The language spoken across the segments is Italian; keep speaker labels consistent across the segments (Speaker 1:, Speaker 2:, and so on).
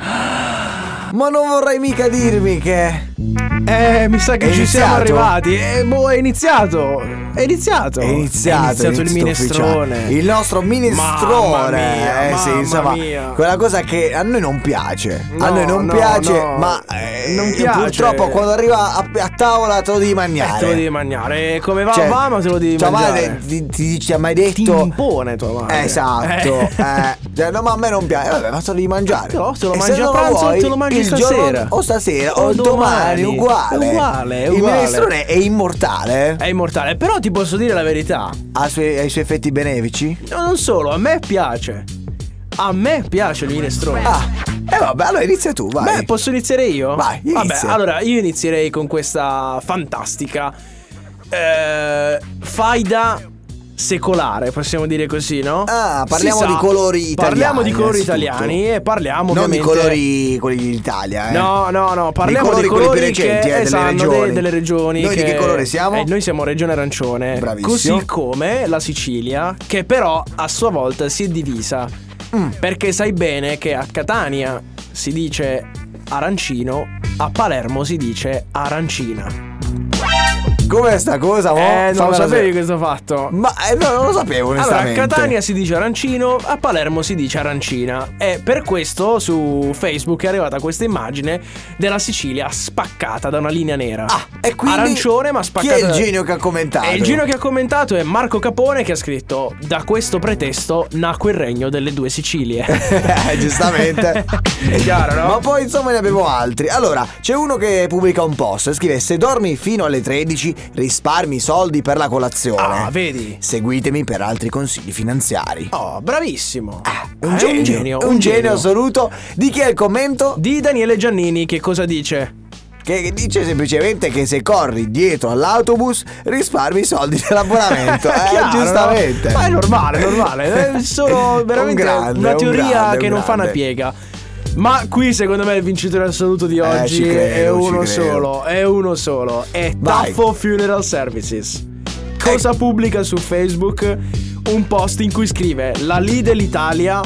Speaker 1: Ma non vorrei mica dirmi che...
Speaker 2: Eh, mi sa che
Speaker 1: È
Speaker 2: ci siamo
Speaker 1: iniziato?
Speaker 2: arrivati. Eh, boh, è iniziato. È iniziato.
Speaker 1: È iniziato,
Speaker 2: È iniziato il
Speaker 1: inizio
Speaker 2: minestrone. Eh,
Speaker 1: ufficiale. Il nostro minestrone.
Speaker 2: Mamma mia,
Speaker 1: eh sì,
Speaker 2: mamma
Speaker 1: insomma,
Speaker 2: mia.
Speaker 1: quella cosa che a noi non piace. a
Speaker 2: No,
Speaker 1: noi non
Speaker 2: no,
Speaker 1: piace,
Speaker 2: no.
Speaker 1: ma eh,
Speaker 2: Non piace.
Speaker 1: purtroppo quando arriva a, a tavola te lo devi mangiare.
Speaker 2: Eh, te lo devi mangiare. Eh, Come va,
Speaker 1: Cioè,
Speaker 2: va, ma te lo devi
Speaker 1: tua
Speaker 2: mangiare.
Speaker 1: madre ti, ti- ti ha mai
Speaker 2: ti
Speaker 1: detto
Speaker 2: impone tua madre.
Speaker 1: Esatto,
Speaker 2: Eh.
Speaker 1: eh. Cioè, no, ma a me non piace. Eh, Vabbè, ma te lo devi mangiare.
Speaker 2: No, te lo
Speaker 1: E se
Speaker 2: mangi a
Speaker 1: non
Speaker 2: pranzo o
Speaker 1: vuoi,
Speaker 2: te lo mangi
Speaker 1: il
Speaker 2: stasera?
Speaker 1: giorno- o stasera o,
Speaker 2: O
Speaker 1: domani,
Speaker 2: domani.
Speaker 1: uguale.
Speaker 2: È uguale, è
Speaker 1: Il
Speaker 2: uguale.
Speaker 1: minestrone è immortale.
Speaker 2: È immortale, però ti posso dire la verità.
Speaker 1: Ha suoi- ha i suoi effetti benefici?
Speaker 2: No, non solo, a me piace. A me piace il minestrone.
Speaker 1: Ah, e vabbè, allora inizia tu, vai.
Speaker 2: Beh, posso iniziare io?
Speaker 1: Vai, inizia.
Speaker 2: Vabbè, allora io inizierei con questa fantastica eh, faida secolare, possiamo dire così, no?
Speaker 1: Ah,
Speaker 2: Si
Speaker 1: parliamo
Speaker 2: sa,
Speaker 1: di colori
Speaker 2: Parliamo di
Speaker 1: italiani,
Speaker 2: colori
Speaker 1: innanzitutto.
Speaker 2: italiani e parliamo
Speaker 1: non i
Speaker 2: ovviamente
Speaker 1: colori quelli d'Italia, eh.
Speaker 2: No, no, no, parliamo
Speaker 1: colori
Speaker 2: di
Speaker 1: quelli
Speaker 2: colori,
Speaker 1: più recenti,
Speaker 2: che,
Speaker 1: eh, delle
Speaker 2: esatto, de-
Speaker 1: regioni.
Speaker 2: delle regioni
Speaker 1: Noi di che colore siamo?
Speaker 2: Eh, noi siamo regione arancione,
Speaker 1: Bravissimo.
Speaker 2: così come la Sicilia, che però a sua volta si è divisa.
Speaker 1: Mm.
Speaker 2: Perché sai bene che a Catania si dice arancino, a Palermo si dice arancina.
Speaker 1: Com'è sta cosa? mo?
Speaker 2: eh, non
Speaker 1: Fammela
Speaker 2: lo sapevi
Speaker 1: Oh, sapere.
Speaker 2: questo fatto?
Speaker 1: Ma eh, no, non lo sapevo,
Speaker 2: Allora, a
Speaker 1: onestamente.
Speaker 2: Catania si dice arancino, a Palermo si dice arancina. E per questo su Facebook è arrivata questa immagine della Sicilia spaccata da una linea nera.
Speaker 1: Ah, e quindi
Speaker 2: arancione ma spaccata.
Speaker 1: Chi è il
Speaker 2: da-
Speaker 1: genio che ha commentato?
Speaker 2: E il genio che ha commentato è Marco Capone che ha scritto: Da questo pretesto nacque il regno delle due Sicilie.
Speaker 1: Eh, giustamente.
Speaker 2: È chiaro, no?
Speaker 1: Ma poi insomma ne abbiamo altri. Allora, c'è uno che pubblica un post e scrive: Se dormi fino alle 13, risparmi i soldi per la colazione.
Speaker 2: Ah, vedi?
Speaker 1: Seguitemi per altri consigli finanziari.
Speaker 2: Oh, bravissimo.
Speaker 1: È un, genio,
Speaker 2: Ah, un genio.
Speaker 1: è Ah, eh, un genio assoluto. Di chi è il commento?
Speaker 2: Di Daniele Giannini, che cosa dice?
Speaker 1: Che dice semplicemente che se corri dietro all'autobus risparmi i soldi dell'abbonamento. eh,
Speaker 2: Chiaro, no?
Speaker 1: giustamente.
Speaker 2: Ma è normale, è normale. È solo
Speaker 1: Un
Speaker 2: veramente
Speaker 1: grande,
Speaker 2: una
Speaker 1: un
Speaker 2: teoria
Speaker 1: grande,
Speaker 2: che
Speaker 1: un
Speaker 2: non fa una
Speaker 1: grande. Eh,
Speaker 2: piega. Ma qui secondo me il vincitore assoluto di oggi
Speaker 1: ci credo,
Speaker 2: è
Speaker 1: ci
Speaker 2: uno
Speaker 1: credo.
Speaker 2: solo, è uno solo, è
Speaker 1: Vai. Ecco.
Speaker 2: Taffo Funeral Services. Cosa pubblica su Facebook? Un post in cui scrive La Lidl Italia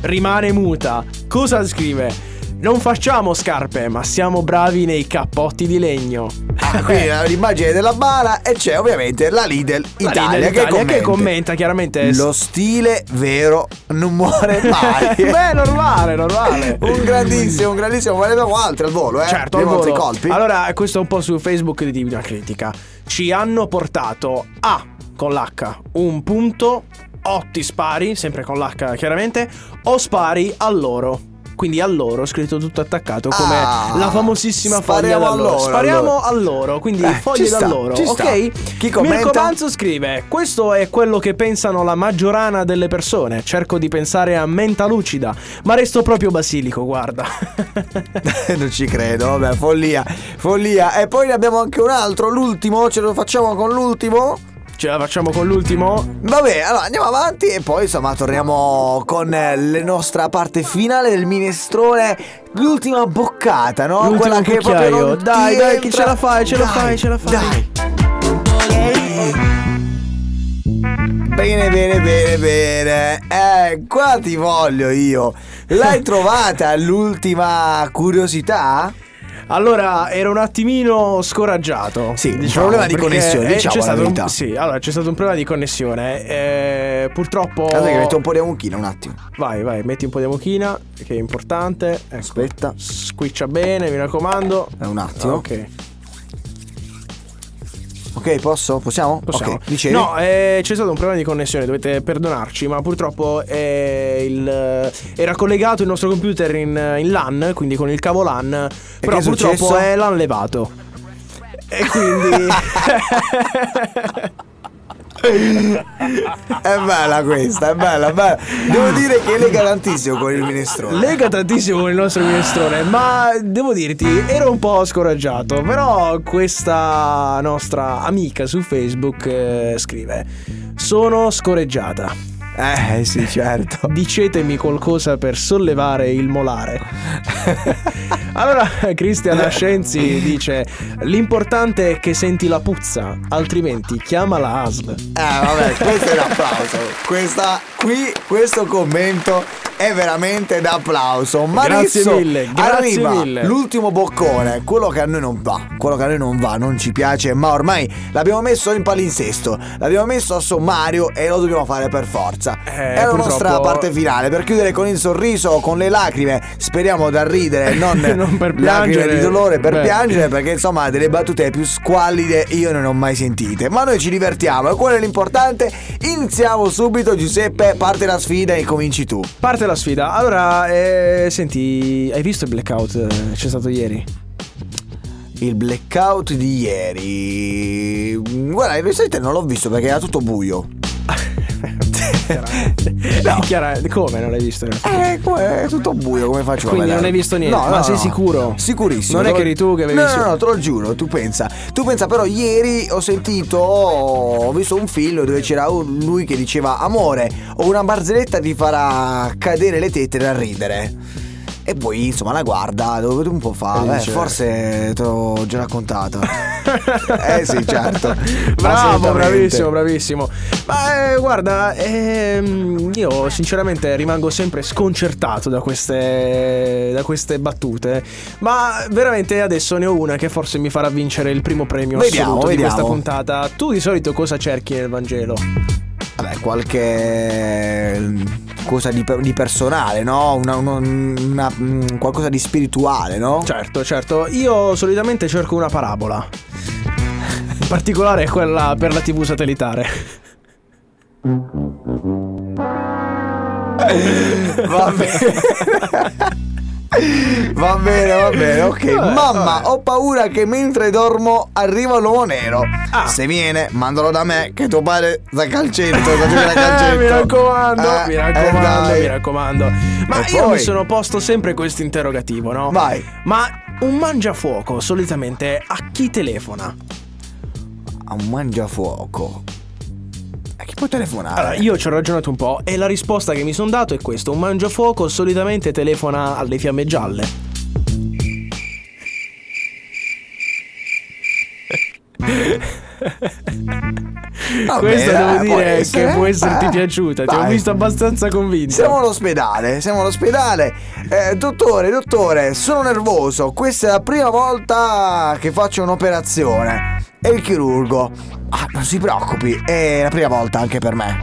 Speaker 2: rimane muta. Cosa scrive? Non facciamo scarpe, ma siamo bravi nei cappotti di legno.
Speaker 1: Ah, quindi la- l'immagine della bara e c'è ovviamente la Lidl
Speaker 2: La
Speaker 1: Italia,
Speaker 2: Lidl
Speaker 1: che,
Speaker 2: Italia
Speaker 1: commenta.
Speaker 2: che commenta chiaramente
Speaker 1: Lo stile vero non muore mai.
Speaker 2: Beh, normale, normale.
Speaker 1: un grandissimo, un grandissimo. Ma ne abbiamo altri al volo, eh?
Speaker 2: Certo, al
Speaker 1: Abbiamo altri
Speaker 2: volo.
Speaker 1: colpi.
Speaker 2: Allora, questo è un po' su Facebook di una critica. Ci hanno portato a con l'H un punto, otti spari, sempre con l'H chiaramente, o spari a loro. Quindi a loro, scritto tutto attaccato come
Speaker 1: Ah,
Speaker 2: la famosissima foglia
Speaker 1: spariamo
Speaker 2: da
Speaker 1: a
Speaker 2: loro.
Speaker 1: loro,
Speaker 2: Spariamo
Speaker 1: allora.
Speaker 2: a loro, quindi
Speaker 1: Eh,
Speaker 2: foglie
Speaker 1: ci
Speaker 2: da
Speaker 1: sta,
Speaker 2: loro.
Speaker 1: ci sta.
Speaker 2: Ok?
Speaker 1: Chi commenta?
Speaker 2: Mirko Panzo scrive: Questo è quello che pensano la maggiorana delle persone. Cerco di pensare a menta lucida, ma resto proprio basilico, guarda.
Speaker 1: non ci credo, vabbè, follia, follia. E poi ne abbiamo anche un altro, l'ultimo, ce lo facciamo con l'ultimo?
Speaker 2: Ce la facciamo con l'ultimo?
Speaker 1: Vabbè, allora andiamo avanti e poi insomma torniamo con eh, la nostra parte finale del minestrone. L'ultima boccata, no?
Speaker 2: L'ultimo
Speaker 1: Quella che proprio
Speaker 2: cucchiaio.
Speaker 1: non ti
Speaker 2: Dai, dai, che
Speaker 1: entra.
Speaker 2: ce la fai, ce la
Speaker 1: Dai,
Speaker 2: fai, ce la fai.
Speaker 1: Dai. Bene, bene, bene, bene. Eh, qua ti voglio io. L'hai trovata l'ultima curiosità?
Speaker 2: Allora, ero un attimino scoraggiato.
Speaker 1: Sì, un problema di
Speaker 2: perché,
Speaker 1: connessione,
Speaker 2: eh,
Speaker 1: diciamo
Speaker 2: c'è
Speaker 1: la
Speaker 2: stato
Speaker 1: verità.
Speaker 2: un, Sì, allora c'è stato un problema di connessione. eh, purtroppo.
Speaker 1: Guarda che metto un po' di amuchina un attimo.
Speaker 2: Vai, vai, metti un po' di amochina, che è importante. Ecco,
Speaker 1: Aspetta.
Speaker 2: Squiccia bene, mi raccomando. Ah,
Speaker 1: Eh, un attimo.
Speaker 2: Ok.
Speaker 1: Ok, posso? Possiamo?
Speaker 2: Possiamo.
Speaker 1: Ok, dicevi?
Speaker 2: No, eh, c'è stato un problema di connessione, dovete perdonarci, ma purtroppo eh, il, eh, era collegato il nostro computer in, in LAN, quindi con il cavo LAN, però
Speaker 1: che è
Speaker 2: purtroppo
Speaker 1: successo?
Speaker 2: è l'han levato. E quindi...
Speaker 1: È bella questa, è bella, è bella. Devo dire che lega tantissimo con il minestrone.
Speaker 2: Lega tantissimo con il nostro minestrone, ma devo dirti, ero un po' scoraggiato, però questa nostra amica su Facebook eh, scrive, sono scorreggiata.
Speaker 1: Eh sì, certo.
Speaker 2: Dicetemi qualcosa per sollevare il molare. allora, Cristian Ascenzi dice: L'importante è che senti la puzza, altrimenti chiama la ASL.
Speaker 1: Eh vabbè, questo è un applauso. Questa qui, questo commento è veramente da applauso. Ma
Speaker 2: Grazie
Speaker 1: adesso
Speaker 2: mille, grazie
Speaker 1: arriva
Speaker 2: mille.
Speaker 1: l'ultimo boccone, quello che a noi non va, quello che a noi non va, non ci piace, ma ormai l'abbiamo messo in palinsesto, l'abbiamo messo a sommario e lo dobbiamo fare per forza.
Speaker 2: Eh,
Speaker 1: è la
Speaker 2: purtroppo-
Speaker 1: nostra parte finale, per chiudere con il sorriso, con le lacrime, speriamo da ridere, non,
Speaker 2: Non per
Speaker 1: lacrime
Speaker 2: piangere.
Speaker 1: di dolore, per
Speaker 2: Beh.
Speaker 1: piangere, perché insomma delle battute più squallide io non ne ho mai sentite, ma noi ci divertiamo e quello è l'importante. Iniziamo subito Giuseppe, parte la sfida e cominci tu.
Speaker 2: Parte la sfida. Allora, eh, senti, hai visto il blackout? eh, C'è stato ieri.
Speaker 1: Il blackout di ieri. Guarda, in realtà non l'ho visto perché era tutto buio. No.
Speaker 2: Chiara, come non l'hai visto?
Speaker 1: Eh, come- è tutto buio, come faccio
Speaker 2: Quindi
Speaker 1: a
Speaker 2: non hai visto niente, ma sei sicuro?
Speaker 1: Sicurissimo.
Speaker 2: Non è
Speaker 1: Te lo-
Speaker 2: che eri tu che avevi
Speaker 1: No, no,
Speaker 2: visto-
Speaker 1: no, te lo giuro, tu pensa. Tu pensa, però ieri ho sentito, ho visto un film dove c'era un- lui che diceva Amore, o una barzelletta ti farà cadere le tette da ridere. E poi, insomma, la guarda, dove un po' fa.
Speaker 2: E
Speaker 1: "Beh,
Speaker 2: dice-
Speaker 1: forse te l'ho già raccontata. eh sì, certo.
Speaker 2: Bravo,
Speaker 1: Assolutamente.
Speaker 2: bravissimo, bravissimo. Ma eh, guarda, ehm, io sinceramente rimango sempre sconcertato da queste, da queste battute. Ma veramente adesso ne ho una che forse mi farà vincere il primo premio
Speaker 1: Vediamo,
Speaker 2: assoluto
Speaker 1: vediamo.
Speaker 2: di questa puntata. Tu di solito cosa cerchi nel Vangelo?
Speaker 1: Vabbè, qualche mm, cosa di, per- di personale, no? Una- uno- una- mm, qualcosa di spirituale, no?
Speaker 2: Certo, certo. Io solitamente cerco una parabola. In particolare quella per la TV satellitare.
Speaker 1: va bene. Va bene, va bene, ok.
Speaker 2: Vabbè,
Speaker 1: Mamma,
Speaker 2: vabbè.
Speaker 1: ho paura che mentre dormo arriva l'uomo nero.
Speaker 2: Ah.
Speaker 1: Se viene, mandalo da me, che tuo padre da calcetto, da giocare a calcetto.
Speaker 2: Eh, mi raccomando,
Speaker 1: Eh,
Speaker 2: mi
Speaker 1: eh,
Speaker 2: raccomando,
Speaker 1: dai.
Speaker 2: mi raccomando. Ma
Speaker 1: E
Speaker 2: io mi
Speaker 1: poi?
Speaker 2: sono posto sempre questo interrogativo, no?
Speaker 1: Vai.
Speaker 2: Ma un mangiafuoco solitamente a chi telefona?
Speaker 1: A un mangiafuoco. A chi può telefonare?
Speaker 2: Allora, io ci ho ragionato un po' e la risposta che mi sono dato è questa: un mangiafuoco solitamente telefona alle fiamme gialle.
Speaker 1: Va
Speaker 2: Questa
Speaker 1: bene,
Speaker 2: devo
Speaker 1: eh,
Speaker 2: dire
Speaker 1: può essere,
Speaker 2: che può esserti
Speaker 1: eh,
Speaker 2: piaciuta, ti ho
Speaker 1: dai.
Speaker 2: visto abbastanza convinto.
Speaker 1: Siamo all'ospedale, siamo all'ospedale. Eh, dottore, dottore, sono nervoso. Questa è la prima volta che faccio un'operazione. E il chirurgo. Ah, non si preoccupi, è la prima volta anche per me.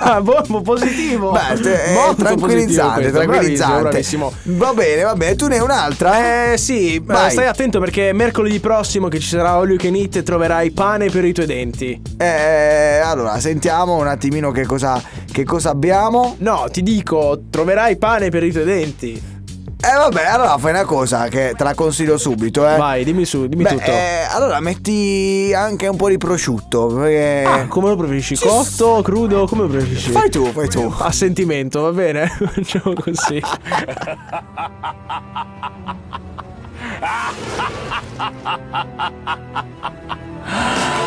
Speaker 2: Ah, bo- positivo.
Speaker 1: Beh, te- è
Speaker 2: Molto
Speaker 1: tranquillizzante,
Speaker 2: positivo questo,
Speaker 1: tranquilizzante.
Speaker 2: Bravissimo, bravissimo.
Speaker 1: Va bene, va bene, tu ne hai un'altra?
Speaker 2: Eh sì, eh,
Speaker 1: Vai.
Speaker 2: stai attento perché mercoledì prossimo che ci sarà All You Can Eat troverai pane per i tuoi denti.
Speaker 1: Eh, allora, sentiamo un attimino che cosa, che cosa abbiamo.
Speaker 2: No, ti dico, troverai pane per i tuoi denti.
Speaker 1: Eh, vabbè, allora fai una cosa che te la consiglio subito, eh.
Speaker 2: Vai, dimmi su, dimmi
Speaker 1: Beh,
Speaker 2: tutto.
Speaker 1: eh, allora metti anche un po' di prosciutto. Perché...
Speaker 2: Ah, come lo preferisci?
Speaker 1: eh. sì,
Speaker 2: Cotto, crudo, come lo preferisci?
Speaker 1: Fai tu, fai tu.
Speaker 2: A sentimento, va bene? Facciamo così.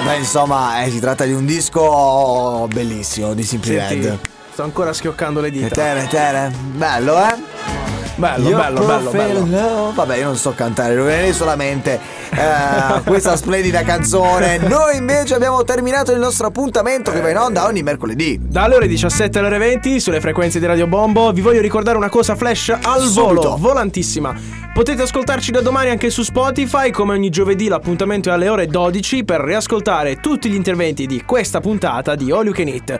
Speaker 1: Beh, insomma, eh, si tratta di un disco bellissimo di Simply
Speaker 2: Senti,
Speaker 1: Red.
Speaker 2: sto ancora schioccando le dita.
Speaker 1: Tere, tere, bello, eh?
Speaker 2: Bello,
Speaker 1: Your
Speaker 2: bello, bello,
Speaker 1: profile
Speaker 2: bello.
Speaker 1: love. Vabbè, io non so cantare, rovinerei solamente eh, questa splendida canzone. Noi invece abbiamo terminato il nostro appuntamento che va in onda ogni mercoledì.
Speaker 2: Dalle ore 17 alle ore 20 sulle frequenze di Radio Bombo vi voglio ricordare una cosa flash al
Speaker 1: Subito.
Speaker 2: volo, volantissima. Potete ascoltarci da domani anche su Spotify, come ogni giovedì l'appuntamento è alle ore 12 per riascoltare tutti gli interventi di questa puntata di All You Can Eat.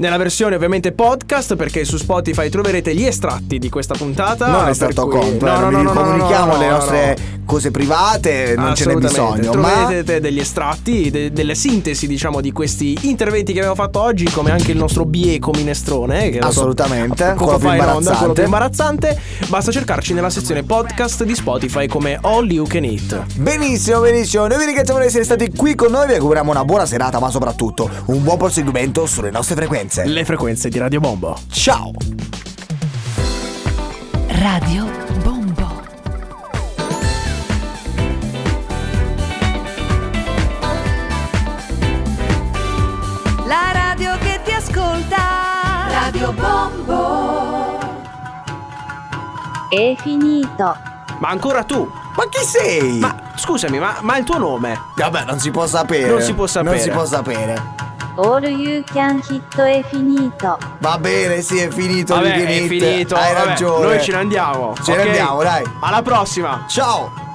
Speaker 2: Nella versione ovviamente podcast perché su Spotify troverete gli estratti di questa puntata.
Speaker 1: Non è
Speaker 2: per
Speaker 1: stato
Speaker 2: cui-
Speaker 1: conto, eh,
Speaker 2: No, no,
Speaker 1: non
Speaker 2: no,
Speaker 1: vi
Speaker 2: no, no,
Speaker 1: ricomunichiamo
Speaker 2: no,
Speaker 1: le
Speaker 2: no,
Speaker 1: nostre
Speaker 2: no.
Speaker 1: cose private, non ce n'è
Speaker 2: Assolutamente.
Speaker 1: bisogno. Ma
Speaker 2: Troverete degli estratti, de- delle sintesi, diciamo, di questi interventi che abbiamo fatto oggi, come anche il nostro bieco minestrone. Che è andato
Speaker 1: Assolutamente,
Speaker 2: poco
Speaker 1: quello più
Speaker 2: fa in onda, quello più
Speaker 1: imbarazzante.
Speaker 2: imbarazzante. Basta cercarci nella sezione podcast di Spotify come All You Can Eat.
Speaker 1: Benissimo, benissimo. Noi vi ringraziamo di essere stati qui con noi. Vi auguriamo una buona serata, ma soprattutto un buon proseguimento sulle nostre frequenze.
Speaker 2: Le frequenze di Radio Bombo.
Speaker 1: Ciao!
Speaker 3: Radio Bombo.
Speaker 4: La radio che ti ascolta
Speaker 3: Radio Bombo.
Speaker 4: È finito.
Speaker 2: Ma ancora tu.
Speaker 1: Ma chi sei?
Speaker 2: Ma scusami, ma, ma il tuo nome?
Speaker 1: Vabbè, non si può sapere.
Speaker 2: Non si può sapere.
Speaker 1: Non si può sapere.
Speaker 4: All You Can Hit è finito.
Speaker 1: Va bene, sì, è finito.
Speaker 2: Vabbè,
Speaker 1: Liquid
Speaker 2: è
Speaker 1: Hit.
Speaker 2: finito.
Speaker 1: Hai
Speaker 2: Vabbè,
Speaker 1: ragione.
Speaker 2: Noi ce ne andiamo.
Speaker 1: Ce ne
Speaker 2: ok?
Speaker 1: andiamo, dai.
Speaker 2: Alla prossima.
Speaker 1: Ciao.